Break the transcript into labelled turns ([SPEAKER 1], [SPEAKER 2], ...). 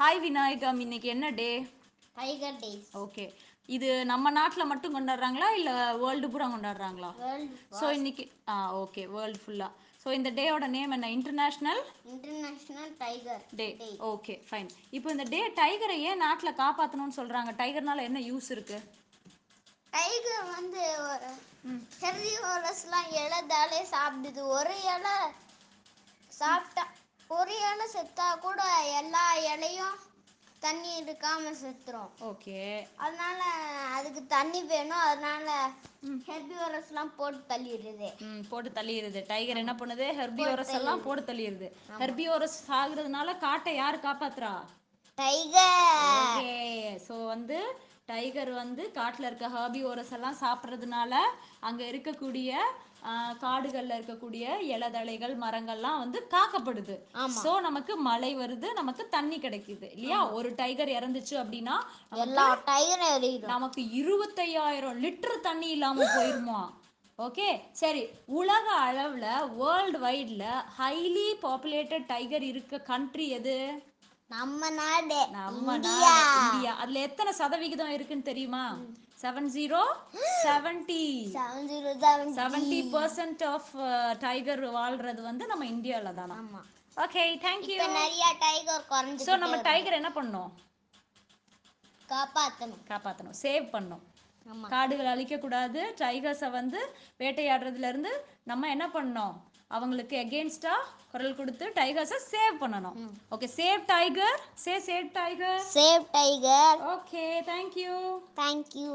[SPEAKER 1] hi Vinayagam இன்னைக்கு என்ன day
[SPEAKER 2] tiger days
[SPEAKER 1] okay இது நம்ம நாட்டில் மட்டும் கொண்டாடுறாங்களா இல்லை வேர்ல்டு பூரா கொண்டாடுறாங்களா
[SPEAKER 2] வேர்ல்டு
[SPEAKER 1] ஸோ இன்னைக்கு ஆ ஓகே வேர்ல்டு ஃபுல்லாக ஸோ இந்த டேயோட நேம் என்ன international
[SPEAKER 2] international tiger
[SPEAKER 1] day okay fine இப்போ இந்த டே டைகரை ஏன் நாட்டில் காப்பாற்றணும்னு சொல்கிறாங்க டைகர்னால என்ன யூஸ் இருக்கு
[SPEAKER 2] டைகர் வந்து ஒரு ஹெர்ரியோரஸ்லாம் இலதாலே சாப்பிடுது ஒரு இலை சாப்பிட்டா ஒரு இலை செத்தா கூட எல்லா இலையும் தண்ணி இருக்காம செத்துரும்
[SPEAKER 1] ஓகே
[SPEAKER 2] அதனால அதுக்கு தண்ணி வேணும் அதனால ஹெர்பியோரஸ்லாம் போட்டு தள்ளிடுது
[SPEAKER 1] ம் போட்டு தள்ளிடுது டைகர் என்ன பண்ணுது ஹெர்பியோரஸ் எல்லாம் போட்டு தள்ளிடுது ஹெர்பியோரஸ் ஆகுறதுனால காட்டை யார் காப்பாத்துறா
[SPEAKER 2] டைகர்
[SPEAKER 1] ஓகே ஸோ வந்து டைகர் வந்து காட்டில் இருக்க ஹெர்பியோரஸ் எல்லாம் சாப்பிட்றதுனால அங்கே இருக்கக்கூடிய ஆஹ், காடுகள்ல இருக்கக்கூடிய இலதழைகள் மரங்கள்லாம் வந்து காக்கப்படுது ஸோ நமக்கு மழை வருது நமக்கு தண்ணி கிடைக்குது இல்லையா ஒரு டைகர் இறந்துச்சு அப்படின்னா
[SPEAKER 2] எல்லா டைகரும் எறிகிறோம்
[SPEAKER 1] நமக்கு இருபத்தையாயிரம் லிட்டர் தண்ணி இல்லாம போயிருமா ஓகே சரி உலக அளவுல வேர்ல்டு வைட்ல ஹைலி பாப்புலேட்டட் டைகர் இருக்க கண்ட்ரி எது
[SPEAKER 2] நம்ம நாடு
[SPEAKER 1] நம்ம நாடு இந்தியா அதுல எத்தனை சதவிகிதம் இருக்குன்னு தெரியுமா seven zero seventy
[SPEAKER 2] seven zero seven
[SPEAKER 1] seventy percent of tiger uh, வாழ்றது வந்து நம்ம இந்தியால தானா ஓகே தேங்க்யூ
[SPEAKER 2] நிறைய டைகர் குறைஞ்சு
[SPEAKER 1] ஸோ நம்ம டைகர் என்ன பண்ணோம்
[SPEAKER 2] காப்பாற்றணும்
[SPEAKER 1] காப்பாற்றணும் சேவ் பண்ணோம்
[SPEAKER 2] ஆமா
[SPEAKER 1] காடுகளை அழிக்கக்கூடாது டைகர்ஸை வந்து வேட்டையாடுறதுல இருந்து நம்ம என்ன பண்ணோம் அவங்களுக்கு எகெயின்ஸ்டா குரல் கொடுத்து டைகர்ஸை சேவ் பண்ணணும் ஓகே சேவ் டைகர் சே save tiger
[SPEAKER 2] save tiger
[SPEAKER 1] okay thank you
[SPEAKER 2] thank you